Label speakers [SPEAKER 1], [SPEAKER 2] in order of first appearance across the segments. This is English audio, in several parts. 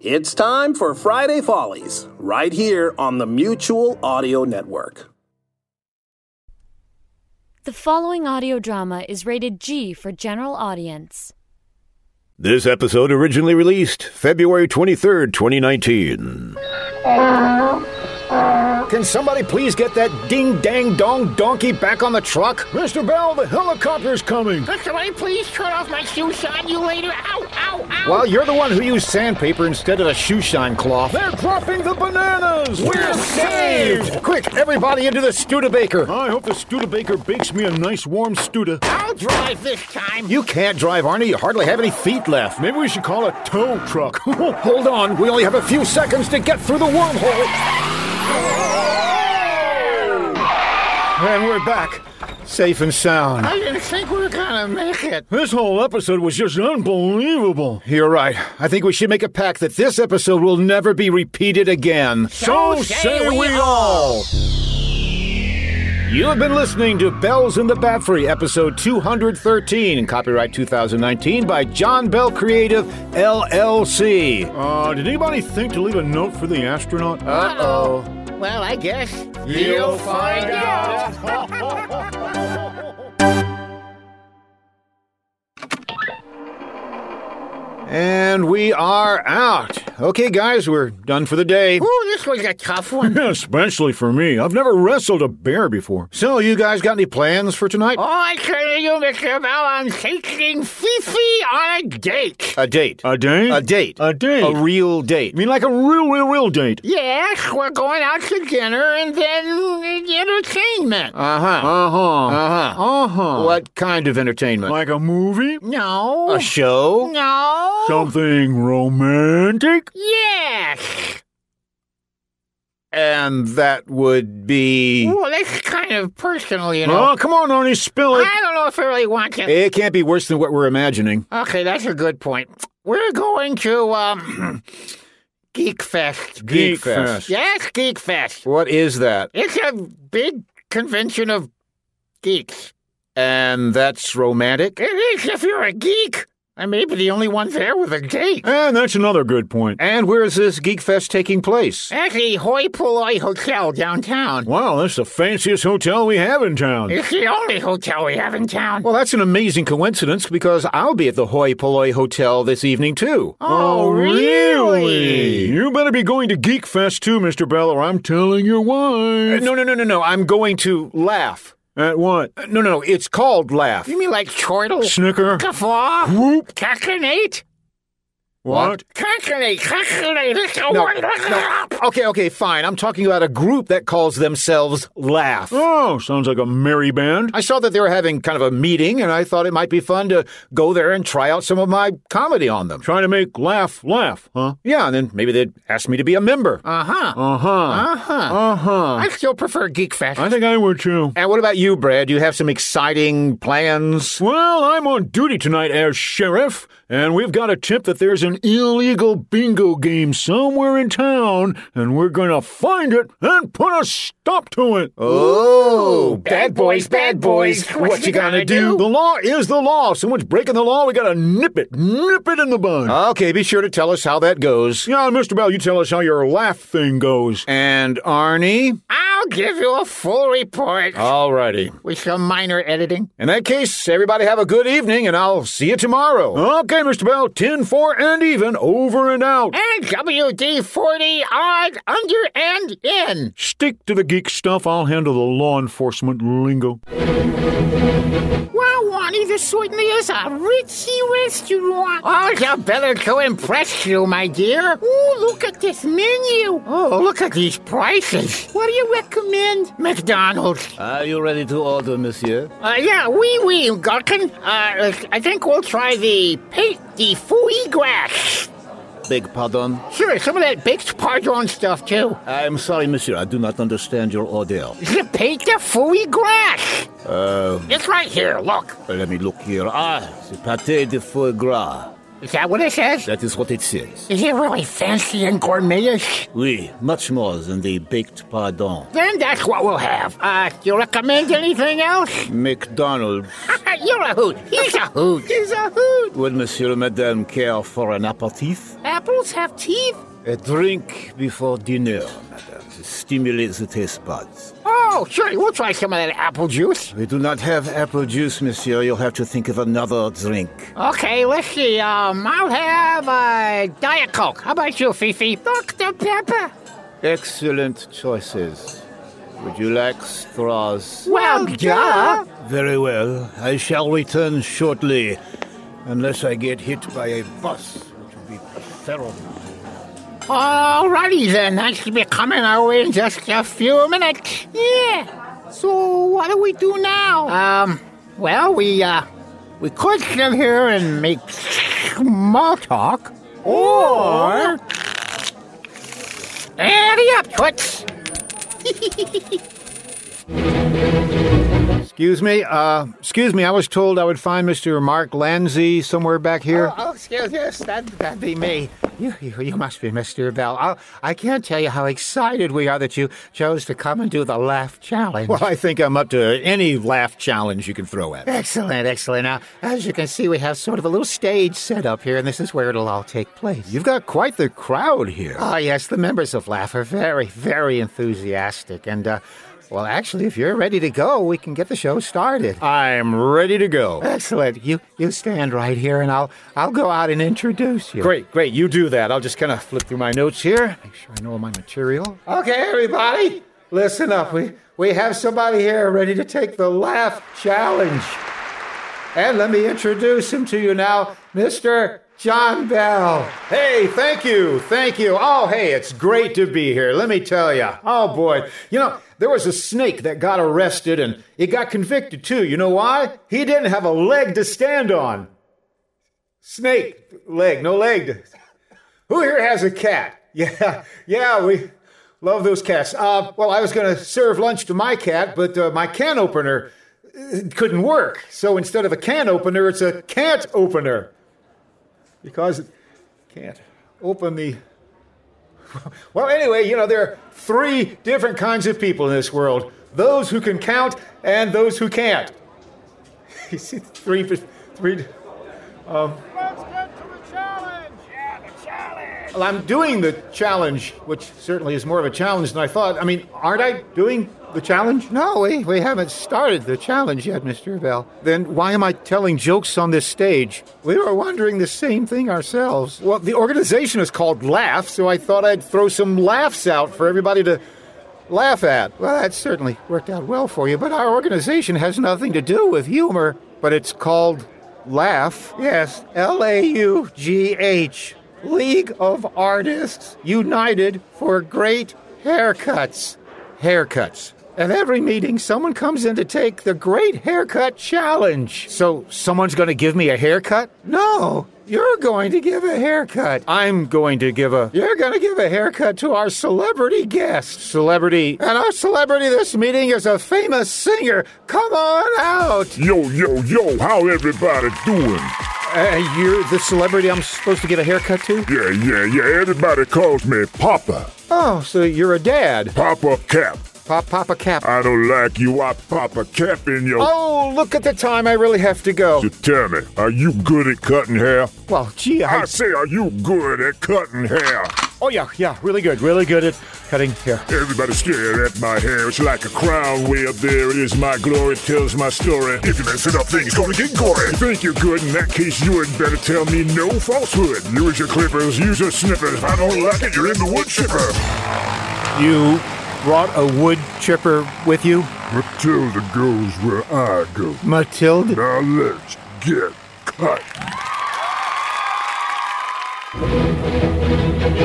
[SPEAKER 1] It's time for Friday Follies, right here on the Mutual Audio Network.
[SPEAKER 2] The following audio drama is rated G for general audience.
[SPEAKER 3] This episode originally released February 23rd, 2019.
[SPEAKER 4] Can somebody please get that ding dang dong donkey back on the truck? Mr. Bell, the helicopter's coming.
[SPEAKER 5] Could somebody please turn off my shoe shine, you later? Ow, ow, ow!
[SPEAKER 4] Well, you're the one who used sandpaper instead of a shoe shine cloth. They're dropping the bananas!
[SPEAKER 5] We're saved!
[SPEAKER 4] Quick, everybody into the Studebaker.
[SPEAKER 6] I hope the Studebaker bakes me a nice warm Studa.
[SPEAKER 5] I'll drive this time.
[SPEAKER 4] You can't drive, Arnie. You hardly have any feet left.
[SPEAKER 6] Maybe we should call it tow truck.
[SPEAKER 4] Hold on, we only have a few seconds to get through the wormhole. And we're back, safe and sound.
[SPEAKER 5] I didn't think we were gonna make it.
[SPEAKER 6] this whole episode was just unbelievable.
[SPEAKER 4] You're right. I think we should make a pact that this episode will never be repeated again.
[SPEAKER 5] So say we all.
[SPEAKER 4] You have been listening to Bells in the Bat Free, episode 213, copyright 2019 by John Bell Creative, LLC.
[SPEAKER 6] Uh, did anybody think to leave a note for the astronaut?
[SPEAKER 4] Uh oh.
[SPEAKER 5] Well, I guess.
[SPEAKER 4] You'll find And we are out. Okay, guys, we're done for the day.
[SPEAKER 5] Ooh, this was a tough one.
[SPEAKER 6] Yeah, especially for me. I've never wrestled a bear before.
[SPEAKER 4] So, you guys got any plans for tonight?
[SPEAKER 5] Oh, I tell you, Mr. Bell, I'm taking Fifi on a date.
[SPEAKER 4] A date.
[SPEAKER 6] A date?
[SPEAKER 4] A date.
[SPEAKER 6] A date.
[SPEAKER 4] A real date.
[SPEAKER 6] you mean like a real, real, real date?
[SPEAKER 5] Yes, we're going out to dinner and then uh, entertainment.
[SPEAKER 4] Uh huh.
[SPEAKER 6] Uh huh.
[SPEAKER 4] Uh-huh.
[SPEAKER 6] Uh huh.
[SPEAKER 4] What kind of entertainment?
[SPEAKER 6] Like a movie?
[SPEAKER 5] no.
[SPEAKER 4] a show?
[SPEAKER 5] no.
[SPEAKER 6] Something romantic?
[SPEAKER 5] yes.
[SPEAKER 4] And that would be.
[SPEAKER 5] Well, that's kind of personal, you know.
[SPEAKER 6] Oh, come on, Arnie, spill
[SPEAKER 4] Oh,
[SPEAKER 6] it.
[SPEAKER 5] I don't know if I really want to.
[SPEAKER 4] It can't be worse than what we're imagining.
[SPEAKER 5] Okay, that's a good point. We're going to um, Geek Fest.
[SPEAKER 4] Geek Fest.
[SPEAKER 5] Yes, Geek Fest.
[SPEAKER 4] What is that?
[SPEAKER 5] It's a big convention of geeks.
[SPEAKER 4] And that's romantic?
[SPEAKER 5] It is if you're a geek. I may be the only one there with a date.
[SPEAKER 4] Eh.
[SPEAKER 6] And that's another good point.
[SPEAKER 4] And where is this Geek Fest taking place?
[SPEAKER 5] At the Hoi Polloi Hotel downtown.
[SPEAKER 6] Wow, that's the fanciest hotel we have in town.
[SPEAKER 5] It's the only hotel we have in town.
[SPEAKER 4] Well, that's an amazing coincidence because I'll be at the Hoi Polloi Hotel this evening, too.
[SPEAKER 5] Oh, really?
[SPEAKER 6] You better be going to Geek Fest too, Mr. Bell, or I'm telling your wife.
[SPEAKER 4] No, no, no, no, no. I'm going to laugh.
[SPEAKER 6] At what?
[SPEAKER 4] Uh, No, no, no. It's called laugh.
[SPEAKER 5] You mean like chortle?
[SPEAKER 6] Snicker?
[SPEAKER 5] Guffaw?
[SPEAKER 6] Whoop.
[SPEAKER 5] Caconate?
[SPEAKER 4] What?
[SPEAKER 5] Caconate, caconate. It's a
[SPEAKER 4] No,
[SPEAKER 5] word.
[SPEAKER 4] no. Okay, okay, fine. I'm talking about a group that calls themselves Laugh.
[SPEAKER 6] Oh, sounds like a merry band.
[SPEAKER 4] I saw that they were having kind of a meeting, and I thought it might be fun to go there and try out some of my comedy on them.
[SPEAKER 6] Trying to make laugh laugh, huh?
[SPEAKER 4] Yeah, and then maybe they'd ask me to be a member.
[SPEAKER 5] Uh-huh.
[SPEAKER 6] Uh huh.
[SPEAKER 4] Ah.
[SPEAKER 5] Uh-huh.
[SPEAKER 6] Uh huh.
[SPEAKER 5] I still prefer Geek Fest.
[SPEAKER 6] I think I would too.
[SPEAKER 4] And what about you, Brad? Do you have some exciting plans?
[SPEAKER 6] Well, I'm on duty tonight as sheriff, and we've got a tip that there's an illegal bingo game somewhere in town, and we're going to find it and put a stop to it.
[SPEAKER 4] Oh, bad boys, bad boys. What you gonna do?
[SPEAKER 6] The law is the law. Someone's breaking the law. We got to nip it, nip it in the bud.
[SPEAKER 4] Okay, be sure to tell us how that goes.
[SPEAKER 6] yeah, Mr. Bell, you tell us how your laugh thing goes.
[SPEAKER 4] And Arnie?
[SPEAKER 5] I'll give you a full report
[SPEAKER 4] Oh. Alrighty.
[SPEAKER 5] with some minor editing.
[SPEAKER 4] In that case, everybody have a good evening, and I'll see you tomorrow.
[SPEAKER 6] Okay, Mr. Bell, 10 4 and even, over and out.
[SPEAKER 5] And WD 40 odd, under, and in.
[SPEAKER 6] Stick to the geek stuff. I'll handle the law enforcement lingo.
[SPEAKER 5] Well, Wani, this certainly is a richy restaurant. All the Oh, better to impress you, my dear. Ooh, look at this menu. Oh, look at these prices. What do you recommend? McDonald's.
[SPEAKER 4] Are you ready to order, monsieur?
[SPEAKER 5] Uh, yeah, oui, oui, Gherkin. Uh, I think we'll try the Pate de Fouille Grass.
[SPEAKER 4] Beg pardon?
[SPEAKER 5] Sure, some of that baked pardon stuff, too.
[SPEAKER 4] I'm sorry, monsieur. I do not understand your order.
[SPEAKER 5] Je paye the fooey grass.
[SPEAKER 4] Um.
[SPEAKER 5] it's right here, look.
[SPEAKER 4] Let me look here. Ah, the pâté de foie gras.
[SPEAKER 5] Is that what it says?
[SPEAKER 4] That is what it says.
[SPEAKER 5] Is it really fancy and gourmetish?
[SPEAKER 4] Oui, much more than the baked pardon.
[SPEAKER 5] Then that's what we'll have. Uh, do you recommend anything else?
[SPEAKER 4] McDonald's.
[SPEAKER 5] You're a hoot. He's a hoot. He's a hoot.
[SPEAKER 4] Would monsieur and madame care for an aperitif?
[SPEAKER 5] Apples have teeth?
[SPEAKER 4] A drink before dinner, madame, to stimulate the taste buds.
[SPEAKER 5] Oh, sure, we'll try some of that apple juice.
[SPEAKER 4] We do not have apple juice, monsieur. You'll have to think of another drink.
[SPEAKER 5] Okay, let's see. Um, I'll have a Diet Coke. How about you, Fifi? Dr. Pepper.
[SPEAKER 4] Excellent choices. Would you like straws?
[SPEAKER 5] Well, duh.
[SPEAKER 4] Very well. I shall return shortly, unless I get hit by a bus, which would be terrible.
[SPEAKER 5] Alrighty then, that should be coming our way in just a few minutes. Yeah. So what do we do now? Um. Well, we uh, we could sit here and make small talk, or Addy up, Toots.
[SPEAKER 4] Excuse me. Uh, excuse me. I was told I would find Mr. Mark Lanzi somewhere back here.
[SPEAKER 5] Oh, excuse yes, that that'd be me. You, you, you must be Mr. Bell. I, I can't tell you how excited we are that you chose to come and do the laugh challenge.
[SPEAKER 4] Well, I think I'm up to any laugh challenge you can throw at. me.
[SPEAKER 5] Excellent, excellent. Now, as you can see, we have sort of a little stage set up here, and this is where it'll all take place.
[SPEAKER 4] You've got quite the crowd here.
[SPEAKER 5] Ah, yes, the members of Laugh are very, very enthusiastic, and uh, well, actually, if you're ready to go, we can get the show started.
[SPEAKER 4] I'm ready to go.
[SPEAKER 5] Excellent. You you stand right here, and I'll I'll go out and introduce you.
[SPEAKER 4] Great, great. You do that. I'll just kind of flip through my notes here. Make sure I know all my material.
[SPEAKER 5] Okay, everybody, listen up. We we have somebody here ready to take the laugh challenge, and let me introduce him to you now, Mister John Bell.
[SPEAKER 4] Hey, thank you, thank you. Oh, hey, it's great to be here. Let me tell you. Oh boy, you know there was a snake that got arrested and it got convicted too. You know why? He didn't have a leg to stand on. Snake leg, no leg. To... Who here has a cat? Yeah, yeah, we love those cats. Uh, well, I was going to serve lunch to my cat, but uh, my can opener uh, couldn't work. So instead of a can opener, it's a can't opener because it can't open the. Well, anyway, you know, there are three different kinds of people in this world those who can count and those who can't. You see, three. three well, I'm doing the challenge, which certainly is more of a challenge than I thought. I mean, aren't I doing the challenge?
[SPEAKER 5] No, we, we haven't started the challenge yet, Mr. Bell.
[SPEAKER 4] Then why am I telling jokes on this stage?
[SPEAKER 5] We were wondering the same thing ourselves.
[SPEAKER 4] Well, the organization is called Laugh, so I thought I'd throw some laughs out for everybody to laugh at.
[SPEAKER 5] Well, that certainly worked out well for you, but our organization has nothing to do with humor.
[SPEAKER 4] But it's called Laugh.
[SPEAKER 5] Yes, L A U G H. League of Artists United for Great Haircuts.
[SPEAKER 4] Haircuts.
[SPEAKER 5] At every meeting, someone comes in to take the Great Haircut Challenge.
[SPEAKER 4] So someone's going to give me a haircut?
[SPEAKER 5] No, you're going to give a haircut.
[SPEAKER 4] I'm going to give a
[SPEAKER 5] You're going to give a haircut to our celebrity guest.
[SPEAKER 4] celebrity.
[SPEAKER 5] And our celebrity this meeting is a famous singer. Come on out.
[SPEAKER 7] Yo, yo, yo, how everybody doing?
[SPEAKER 4] Uh, you're the celebrity I'm supposed to get a haircut to?
[SPEAKER 7] Yeah, yeah, yeah, everybody calls me Papa.
[SPEAKER 4] Oh, so you're a dad.
[SPEAKER 7] Papa Cap.
[SPEAKER 4] Pop, Papa Cap.
[SPEAKER 7] I don't like you, I pop a cap in your...
[SPEAKER 4] Oh, look at the time. I really have to go.
[SPEAKER 7] So tell me, are you good at cutting hair?
[SPEAKER 4] Well, gee, I.
[SPEAKER 7] I say, are you good at cutting hair?
[SPEAKER 4] Oh, yeah, yeah. Really good. Really good at cutting hair.
[SPEAKER 7] Everybody staring at my hair, it's like a crown way up there. It is my glory, it tells my story. If you mess it up, things gonna get gory. You think you're good, in that case, you had better tell me no falsehood. Use your clippers, use your snippers. If I don't like it, you're in the wood chipper.
[SPEAKER 4] You brought a wood chipper with you?
[SPEAKER 7] Matilda goes where I go.
[SPEAKER 4] Matilda?
[SPEAKER 7] Now let's get cut.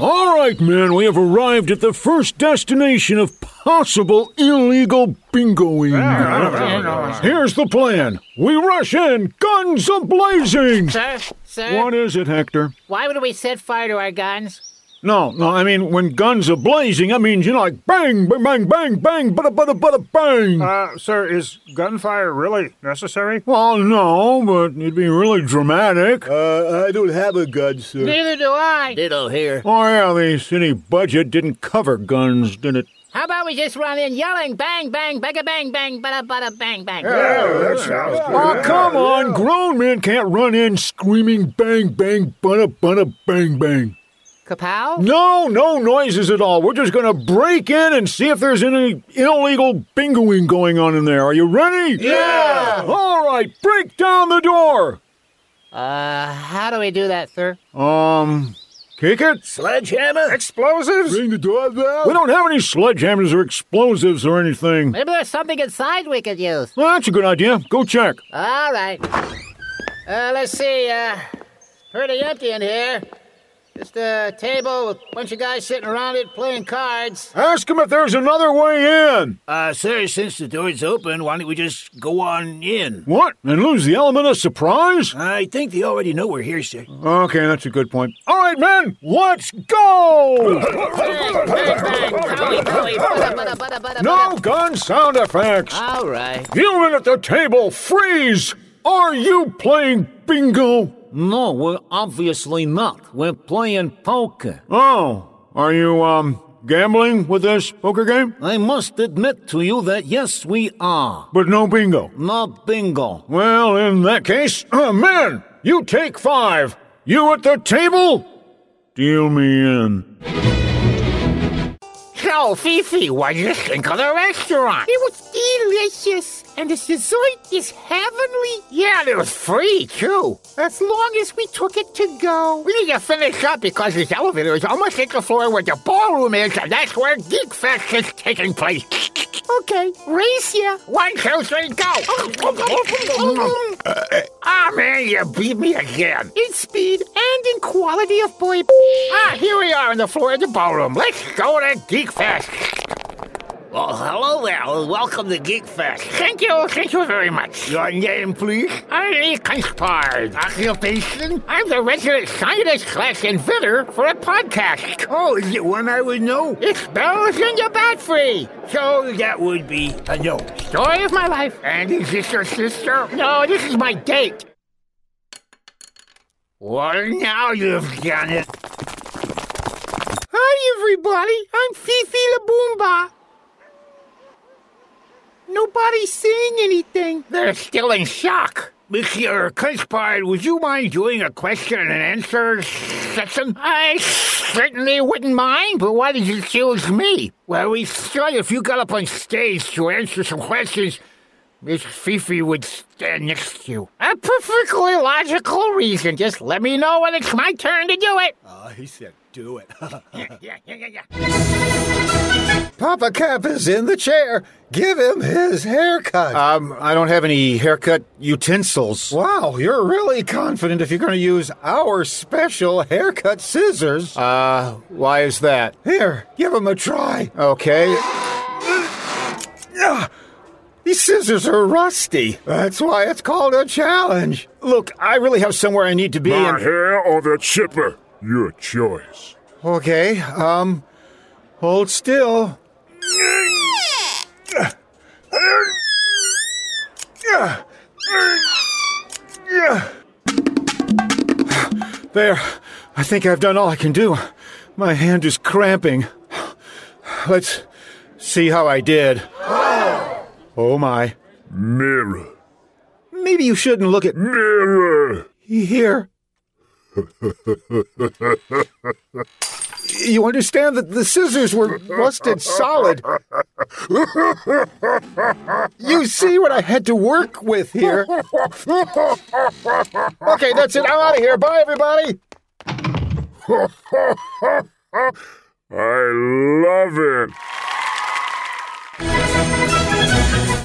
[SPEAKER 6] All right, men, we have arrived at the first destination of possible illegal bingoing. Here's the plan. We rush in, guns a-blazing.
[SPEAKER 8] Sir, sir,
[SPEAKER 6] What is it, Hector?
[SPEAKER 8] why would we set fire to our guns?
[SPEAKER 6] No, no, I mean, when guns are blazing, I mean, you know, like bang, bang, bang, bang, bang, bada, bada, bada, bang.
[SPEAKER 9] Uh, sir, is gunfire really necessary?
[SPEAKER 6] well, no, but it'd be really dramatic.
[SPEAKER 10] Uh, I don't have a gun, sir.
[SPEAKER 8] Neither do I.
[SPEAKER 10] Diddle here.
[SPEAKER 6] oh, yeah, the city budget didn't cover guns, did it?
[SPEAKER 8] How about we just run in yelling, bang, bang, bang, bang, bang, bada, bada, bang, bang.
[SPEAKER 7] that sounds good.
[SPEAKER 6] Oh, come on, grown men can't run in screaming bang, bang, bada, bada, bang, bang.
[SPEAKER 8] Kapow?
[SPEAKER 6] No, no noises at all. We're just going to break in and see if there's any illegal bingoing going on in there. Are you ready? Yeah! All right, break down the door.
[SPEAKER 8] Uh, how do we do that, sir?
[SPEAKER 6] Um, kick it?
[SPEAKER 10] Sledgehammer?
[SPEAKER 9] Explosives?
[SPEAKER 10] Ring the doorbell?
[SPEAKER 6] We don't have any sledgehammers or explosives or anything.
[SPEAKER 8] Maybe there's something inside we could use.
[SPEAKER 6] Well, that's a good idea. Go check.
[SPEAKER 8] All right. Uh, let's see. Uh, pretty empty in here. Just a table with a bunch of guys sitting around it playing cards.
[SPEAKER 6] Ask him if there's another way in.
[SPEAKER 10] Uh, sir, since the door is open, why don't we just go on in?
[SPEAKER 6] What? And lose the element of surprise?
[SPEAKER 10] I think they already know we're here, sir.
[SPEAKER 6] Okay, that's a good point. All right, men, let's go!
[SPEAKER 8] Bang, bang, bang. Cowie, cowie. Bada, bada, bada, bada,
[SPEAKER 6] No
[SPEAKER 8] bada.
[SPEAKER 6] gun sound effects!
[SPEAKER 8] All right.
[SPEAKER 6] Human at the table, freeze! Are you playing bingo?
[SPEAKER 11] No, we're obviously not. We're playing poker.
[SPEAKER 6] Oh, are you, um, gambling with this poker game?
[SPEAKER 11] I must admit to you that yes, we are.
[SPEAKER 6] But no bingo.
[SPEAKER 11] No bingo.
[SPEAKER 6] Well, in that case, uh, men, you take five. You at the table? Deal me in.
[SPEAKER 5] So, Fifi, what do you think of the restaurant?
[SPEAKER 8] It was delicious, and the dessert is heavenly.
[SPEAKER 5] Yeah, and it was free, too.
[SPEAKER 8] As long as we took it to go.
[SPEAKER 5] We need to finish up because this elevator is almost at the floor where the ballroom is, and that's where Geek Fest is taking place.
[SPEAKER 8] Okay, race ya.
[SPEAKER 5] One, two, three, go! Ah, man, you beat me again.
[SPEAKER 8] In speed and in quality of boy.
[SPEAKER 5] Ah, here we are on the floor of the ballroom. Let's go to Geek Fest.
[SPEAKER 10] Well, hello there. Welcome to Geek Fest.
[SPEAKER 5] Thank you, thank you very much.
[SPEAKER 10] Your name, please? Uh,
[SPEAKER 5] I conspired. Occupation? I'm the resident scientist class inventor for a podcast.
[SPEAKER 10] Oh, is it one I would know?
[SPEAKER 5] It's Bells in the Bat Free.
[SPEAKER 10] So that would be a no.
[SPEAKER 5] Story of my life. And is this your sister? No, this is my date. Well, now you've done it.
[SPEAKER 8] Hi, everybody. I'm Fifi Laboomba. Nobody's saying anything.
[SPEAKER 5] They're still in shock. Monsieur Conspired, would you mind doing a question and answer session? I certainly wouldn't mind, but why did you choose me? Well, we thought if you got up on stage to answer some questions, Miss Fifi would stand next to you.
[SPEAKER 8] A perfectly logical reason.
[SPEAKER 5] And just let me know when it's my turn to do it.
[SPEAKER 10] Uh, he said, do it.
[SPEAKER 5] Yeah, yeah, yeah, yeah.
[SPEAKER 10] Papa Cap is in the chair. Give him his haircut.
[SPEAKER 4] Um, I don't have any haircut utensils.
[SPEAKER 10] wow, you're really confident if you're going to use our special haircut scissors.
[SPEAKER 4] Uh, why is that?
[SPEAKER 10] Here, give him a try.
[SPEAKER 4] Okay.
[SPEAKER 10] Ah, These scissors are rusty. That's why it's called a challenge.
[SPEAKER 4] Look, I really have somewhere I need to be.
[SPEAKER 7] My
[SPEAKER 4] And,
[SPEAKER 7] hair or the chipper? Your choice.
[SPEAKER 10] Okay, um, hold still.
[SPEAKER 4] there. I think I've done all I can do. My hand is cramping. Let's see how I did. Oh my.
[SPEAKER 7] Mirror.
[SPEAKER 4] Maybe you shouldn't look at
[SPEAKER 7] Mirror.
[SPEAKER 4] here. you understand that the scissors were rusted solid. you see what I had to work with here. Okay, that's it. I'm out of here. Bye, everybody.
[SPEAKER 7] I love it.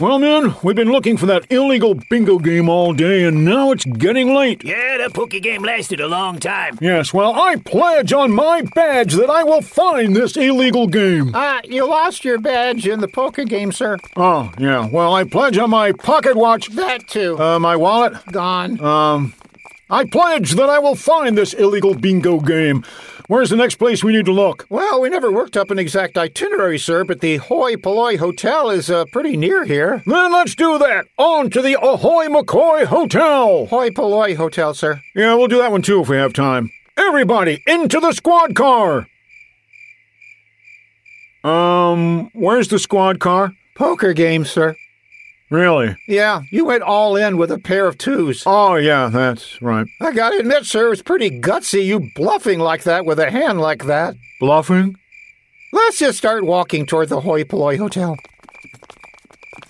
[SPEAKER 6] Well, men, we've been looking for that illegal bingo game all day, and now it's getting late.
[SPEAKER 12] Yeah, that pokey game lasted a long time.
[SPEAKER 6] Yes, well, I pledge on my badge that I will find this illegal game.
[SPEAKER 4] Ah, you lost your badge in the poker game, sir.
[SPEAKER 6] Oh, yeah. Well, I pledge on my pocket watch.
[SPEAKER 4] That too.
[SPEAKER 6] Uh, my wallet.
[SPEAKER 4] Gone.
[SPEAKER 6] Um, I pledge that I will find this illegal bingo game. Where's the next place we need to look?
[SPEAKER 4] Well, we never worked up an exact itinerary, sir, but the Hoi Polloi Hotel is uh, pretty near here.
[SPEAKER 6] Then let's do that. On to the Ahoy McCoy Hotel.
[SPEAKER 4] Hoi Polloi Hotel, sir.
[SPEAKER 6] Yeah, we'll do that one too if we have time. Everybody, into the squad car. Um, where's the squad car?
[SPEAKER 4] Poker game, sir.
[SPEAKER 6] Really?
[SPEAKER 4] Yeah, you went all in with a pair of twos.
[SPEAKER 6] Oh, yeah, that's right.
[SPEAKER 4] I gotta admit, sir, it's pretty gutsy you bluffing like that with a hand like that.
[SPEAKER 6] Bluffing?
[SPEAKER 4] Let's just start walking toward the Hoi Polloi Hotel.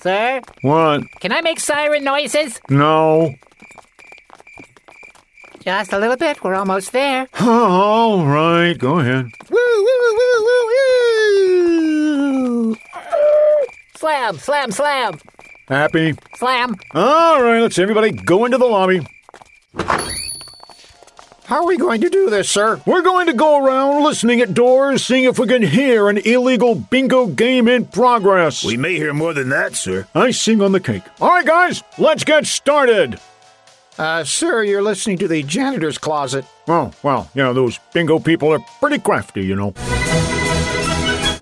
[SPEAKER 13] Sir?
[SPEAKER 6] What?
[SPEAKER 13] Can I make siren noises?
[SPEAKER 6] No.
[SPEAKER 13] Just a little bit. We're almost there.
[SPEAKER 6] all right, go ahead.
[SPEAKER 13] Woo, woo, woo, woo, woo! Slam, slam, slam!
[SPEAKER 6] Happy?
[SPEAKER 13] Slam!
[SPEAKER 6] All right, let's everybody go into the lobby.
[SPEAKER 4] How are we going to do this, sir?
[SPEAKER 6] We're going to go around listening at doors, seeing if we can hear an illegal bingo game in progress.
[SPEAKER 12] We may hear more than that, sir.
[SPEAKER 6] Icing on the cake. All right, guys, let's get started.
[SPEAKER 4] Uh, sir, you're listening to the janitor's closet.
[SPEAKER 6] Oh, well, you know, those bingo people are pretty crafty, you know.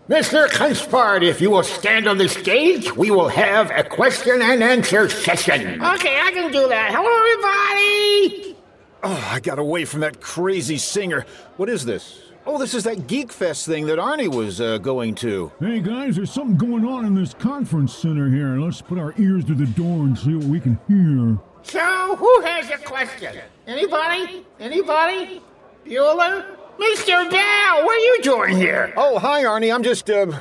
[SPEAKER 14] Mr. Kunstbard, if you will stand on the stage, we will have a question and answer session.
[SPEAKER 5] Okay, I can do that. Hello, everybody!
[SPEAKER 4] Oh, I got away from that crazy singer. What is this? Oh, this is that Geek Fest thing that Arnie was uh, going to.
[SPEAKER 15] Hey guys, there's something going on in this conference center here. Let's put our ears to the door and see what we can hear.
[SPEAKER 5] So, who has a question? Anybody? Anybody? Bueller? Mr. Dow, what are you doing here?
[SPEAKER 4] Oh, hi, Arnie. I'm just uh,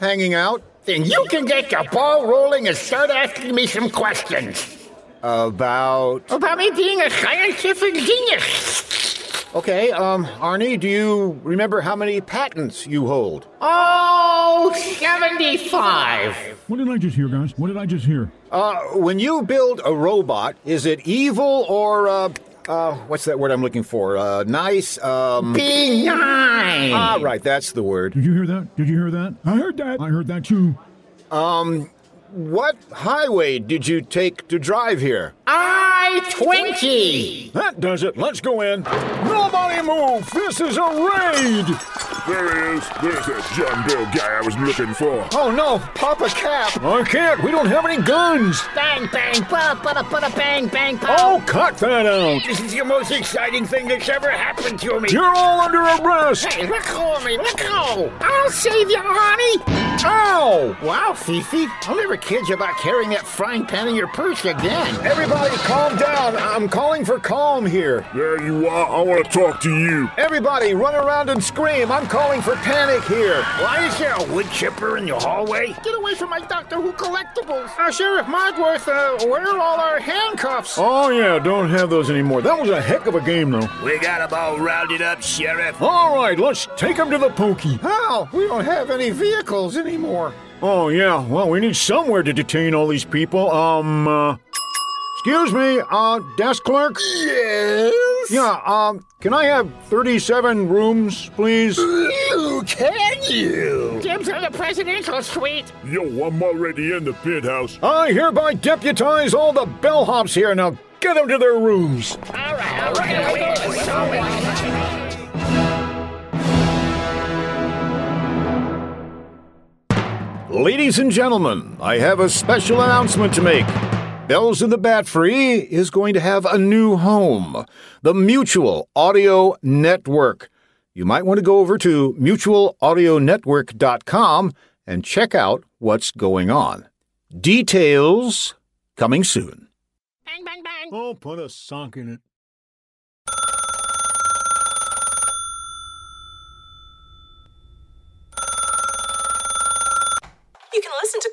[SPEAKER 4] hanging out.
[SPEAKER 14] Then you can get the ball rolling and start asking me some questions.
[SPEAKER 4] About.
[SPEAKER 5] About me being a scientific genius.
[SPEAKER 4] Okay, um, Arnie, do you remember how many patents you hold?
[SPEAKER 5] Oh, 75.
[SPEAKER 15] What did I just hear, guys? What did I just hear?
[SPEAKER 4] Uh, when you build a robot, is it evil or, uh, uh, what's that word I'm looking for? Uh, nice, um.
[SPEAKER 5] Benign!
[SPEAKER 4] Ah, right, that's the word.
[SPEAKER 15] Did you hear that? Did you hear that? I heard that. I heard that too.
[SPEAKER 4] Um, what highway did you take to drive here?
[SPEAKER 5] I 20!
[SPEAKER 6] That does it. Let's go in. Nobody move! This is a raid!
[SPEAKER 7] There he is. There's that John Doe guy I was looking for.
[SPEAKER 4] Oh no, Papa Cap!
[SPEAKER 6] I can't. We don't have any guns.
[SPEAKER 13] Bang, bang, ba, ba, ba, bang, bang, pow.
[SPEAKER 6] Oh, cut that out.
[SPEAKER 14] This is the most exciting thing that's ever happened to me.
[SPEAKER 6] You're all under arrest.
[SPEAKER 5] Hey, let go of me. Let go. I'll save you, Arnie.
[SPEAKER 4] Ow!
[SPEAKER 14] Wow, Fifi. I'll never kid you about carrying that frying pan in your purse again.
[SPEAKER 4] Everybody, calm down. I'm calling for calm here.
[SPEAKER 7] There you are. Uh, I want to talk to you.
[SPEAKER 4] Everybody, run around and scream. I'm calling for panic here.
[SPEAKER 14] Why is there a wood chipper in your hallway?
[SPEAKER 5] Get away from my Doctor Who collectibles. Uh, Sheriff Modworth, uh, where are all our handcuffs?
[SPEAKER 6] Oh, yeah, don't have those anymore. That was a heck of a game, though.
[SPEAKER 12] We got them all rounded up, Sheriff.
[SPEAKER 6] All right, let's take them to the pokey.
[SPEAKER 4] How? We don't have any vehicles anymore.
[SPEAKER 6] Oh, yeah, well, we need somewhere to detain all these people. Um, uh, Excuse me, uh, desk clerk?
[SPEAKER 14] Yes?
[SPEAKER 6] Yeah, um, can I have 37 rooms, please? Oh,
[SPEAKER 14] Ooh, can you?
[SPEAKER 5] Dibs on the presidential suite.
[SPEAKER 7] Yo, I'm already in the penthouse.
[SPEAKER 6] I hereby deputize all the bellhops here. Now get them to their rooms.
[SPEAKER 5] All right, all right. All right. All right. All right.
[SPEAKER 16] Ladies and gentlemen, I have a special announcement to make. Bells in the Bat Free is going to have a new home, the Mutual Audio Network. You might want to go over to mutualaudionetwork.com and check out what's going on. Details coming soon.
[SPEAKER 5] Bang, bang, bang.
[SPEAKER 6] Oh, put a sock in it.
[SPEAKER 17] You can listen to